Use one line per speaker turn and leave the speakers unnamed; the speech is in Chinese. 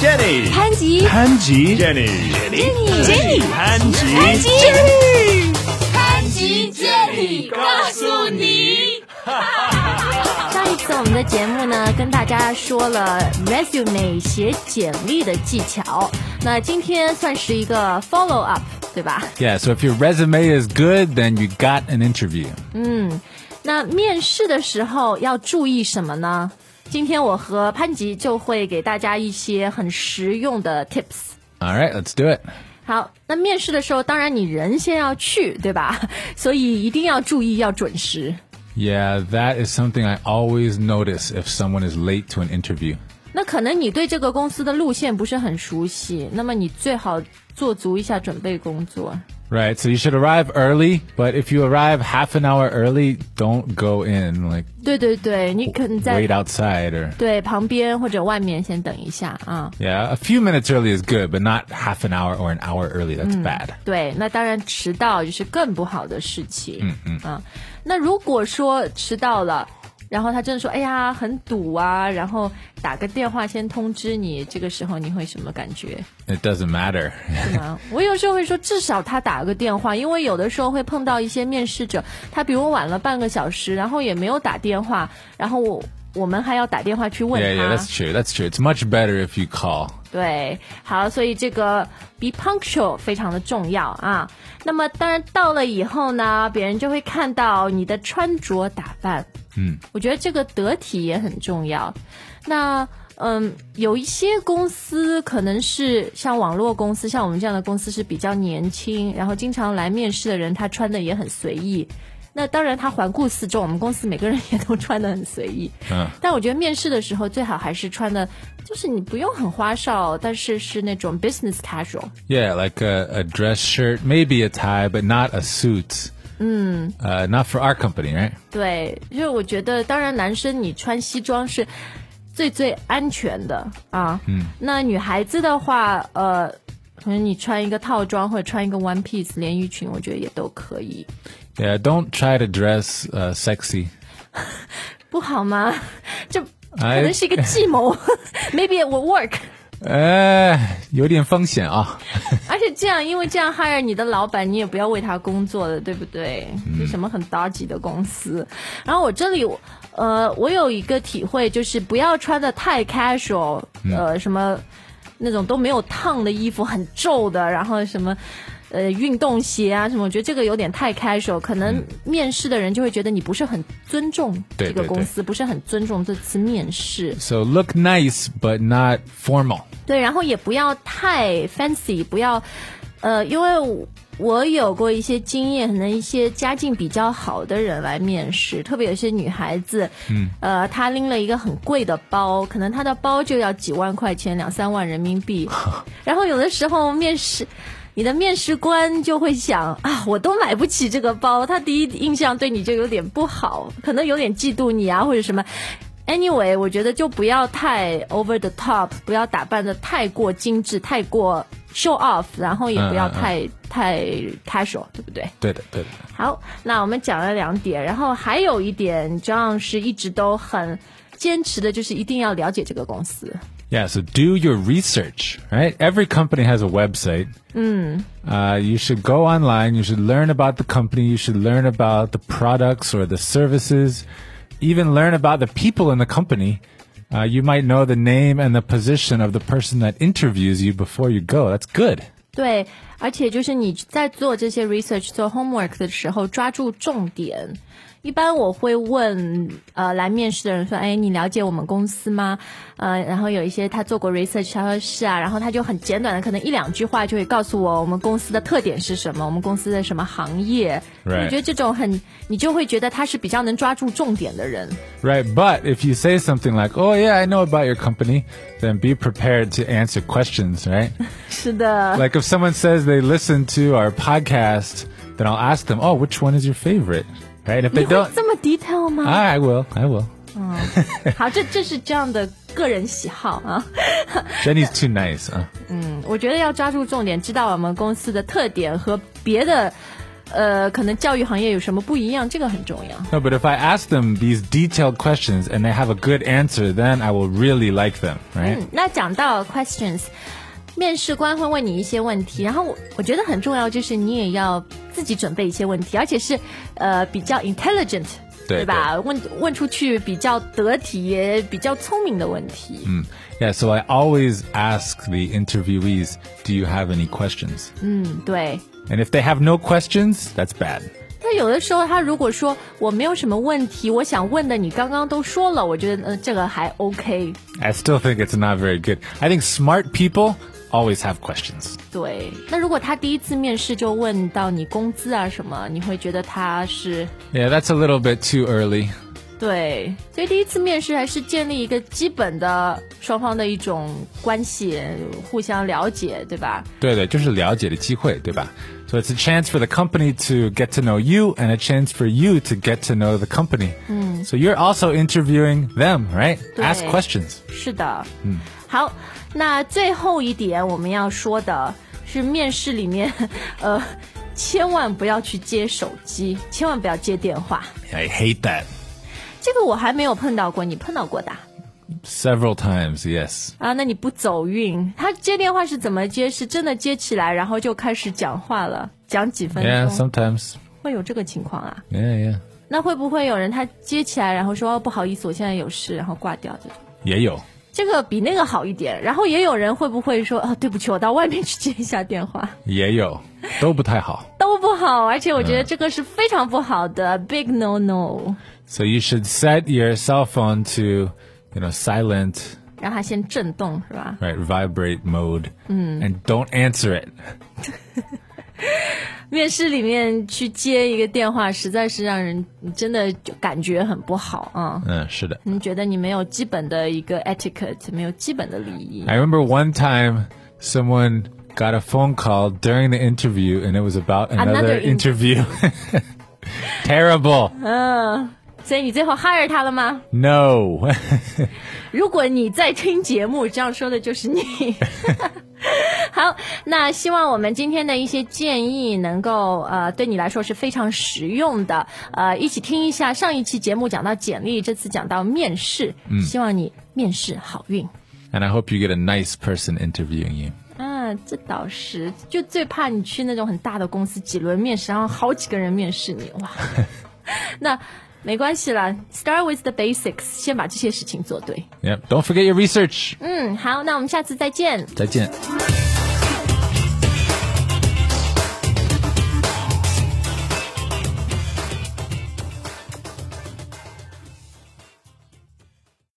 Jenny，
潘吉，
潘吉
Jenny，
Jenny，
潘吉，
潘吉，
潘吉 Jenny 告诉你，
上一次我们的节目呢，跟大家说了 resume 写简历的技巧，那今天算是一个 follow up，对吧？
Yeah, so if your resume is good, then you got an interview.
那面试的时候要注意什么呢？今天我和潘吉就会给大家一些很实用的 tips。
All right, let's do it.
好，那面试的时候，当然你人先要去，对吧？所以一定要注意，要准时。
Yeah, that is something I always notice if someone is late to an interview.
那可能你对这个公司的路线不是很熟悉，那么你最好做足一下准备工作。
Right, so you should arrive early, but if you arrive half an hour early, don't go in. Like,
对对对，你可能在
wait outside or.
对旁边或者外面先等一下啊。
Yeah, a few minutes early is good, but not half an hour or an hour early. That's bad.
对，那当然迟到就是更不好的事情。嗯嗯啊，那如果说迟到了，然后他真的说，哎呀，很堵啊，然后打个电话先通知你，这个时候你会什么感觉？
It doesn't matter.
是吗？ 我有时候会说，至少他打个电话，因为有的时候会碰到一些面试者，他比如晚了半个小时，然后也没有打电话，然后我我们还要打电话去问
yeah, yeah,
他。
that's true. That's true. It's much better if you call.
对，好，所以这个 be punctual 非常的重要啊。那么当然到了以后呢，别人就会看到你的穿着打扮，嗯，我觉得这个得体也很重要。那嗯，有一些公司可能是像网络公司，像我们这样的公司是比较年轻，然后经常来面试的人，他穿的也很随意。那当然，他环顾四周，我们公司每个人也都穿的很随意。
嗯，
但我觉得面试的时候最好还是穿的，就是你不用很花哨，但是是那种 business casual。
Yeah, like a, a dress shirt, maybe a tie, but not a suit. Mm. Uh, not for our company, right?
对，因为我觉得，当然男生你穿西装是最最安全的啊。嗯，那女孩子的话，呃，可能你穿一个套装或者穿一个 one piece 连衣裙，我觉得也都可以，
Yeah, don't try to dress uh, sexy.
不好吗？ 这可
I-
能是一个计谋，maybe it will work。
Uh, 有点风险啊。
而且这样，因为这样 hire 你的老板，你也不要为他工作了，对不对？
嗯
是什么很 dodgy 的公司？然后我这里，呃，我有一个体会，就是不要穿的太 casual，呃，
嗯
什么那种都没有烫的衣服，很皱的，然后什么。呃，运动鞋啊什么，我觉得这个有点太 casual，可能面试的人就会觉得你不是很尊重
嗯对
这个
对
公
对
司，不是很尊重这次面试。
So look nice, but not formal.
对，然后也不要太 fancy，不要，呃，因为我我有过一些经验，可能一些家境比较好的人来面试，特别有些女孩子，嗯，呃，她拎了一个很贵的包，可能她的包就要几万块钱，两三万人民币，然后有的时候面试。你的面试官就会想啊，我都买不起这个包，他第一印象对你就有点不好，可能有点嫉妒你啊，或者什么。Anyway，我觉得就不要太 over the top，不要打扮的太过精致，太过 show off，然后也不要
嗯嗯嗯
太、太 casual，对不对？
对的，对的。
好，那我们讲了两点，然后还有一点，John 是一直都很坚持的，就是一定要了解这个公司。
Yeah, so do your research, right? Every company has a website. Uh, you should go online. You should learn about the company. You should learn about the products or the services. Even learn about the people in the company. Uh, you might know the name and the position of the person that interviews you before you go. That's good.
对，而且就是你在做这些 research、做 homework 的时候，抓住重点。一般我会问呃来面试的人说：“哎，你了解我们公司吗？”呃，然后有一些他做过 research，他说是啊，然后他就很简短的，可能一两句话就会告诉我我们公司的特点是什么，我们公司的什么行业。
Right
我觉得这种很，你就会觉得他是比较能抓住重点的人。
Right, but if you say something like, "Oh yeah, I know about your company," then be prepared to answer questions, right?
是的，
like if someone says they listen to our podcast, then I'll ask them, "Oh, which one is your favorite?" Right? If
你
they
会
don't,
这么 detail 吗？
I will. I will.
好，这这是这样的个人喜好啊。
Jenny's too uh. nice. Huh?
我觉得要抓住重点，知道我们公司的特点和别的呃，可能教育行业有什么不一样，这个很重要。
No, but if I ask them these detailed questions and they have a good answer, then I will really like them, right?
嗯，那讲到 questions，面试官会问你一些问题，然后我我觉得很重要就是你也要自己准备一些问题，而且是呃比较 intelligent，
对
吧？问问出去比较得体、也比较聪明的问题。
嗯 Mm. Yeah, so I always ask the interviewees, do you have any questions?
嗯，对。
And if they have no questions, that's bad.
但有的时候，他如果说我没有什么问题，我想问的你刚刚都说了，我觉得呃这个还 OK。
I still think it's not very good. I think smart people always have questions.
对，那如果他第一次面试就问到你工资啊什么，你会觉得他是
Yeah, that's a little bit too early.
对，所以第一次面试还是建立一个基本的双方的一种关系，互相了解，对吧？
So it's a chance for the company to get to know you and a chance for you to get to know the company. So you're also interviewing them, right? Ask
对。
questions.
是的，嗯，好，那最后一点我们要说的是面试里面，呃，千万不要去接手机，千万不要接电话，
I hate that.
这个我还没有碰到过，你碰到过的啊
Several times, yes.
啊？那你不走运，他接电话是怎么接？是真的接起来，然后就开始讲话了，讲几分
Yeah,
钟，
sometimes.
会有这个情况啊？
Yeah, yeah.
那会不会有人他接起来，然后说、哦不好意思，我现在有事，然后挂掉这种？
也有。
这个比那个好一点。然后也有人会不会说哦，对不起，我到外面去接一下电话，
也有，都不太好。
都不好。而且我觉得这个是非常不好的、big no no，
So you should set your cell phone to, you know, silent,
让它先震动是吧？
right, vibrate mode, and don't answer it.
面试里面去接一个电话，实在是让人真的就感觉很不好啊。
嗯，是的。
你觉得你没有基本的一个 etiquette，没有基本的礼仪
I remember one time someone got a phone call during the interview, and it was about another,
Another in-
interview. Terrible.
所以你最后 hire 他了吗？
No.
如果你在听节目，这样说的就是 你。好，那希望我们今天的一些建议能够呃对你来说是非常实用的。呃，一起听一下上一期节目讲到简历，这次讲到面试，希望你面试好运。
and I hope you get a nice person interviewing you.
啊，这倒是，就最怕你去那种很大的公司，几轮面试，然后好几个人面试你，哇！那没关系啦，start with the basics，先把这些事情做对。
Mm. Yep. Don't forget your research.
嗯，好，那我们下次再见。
再见。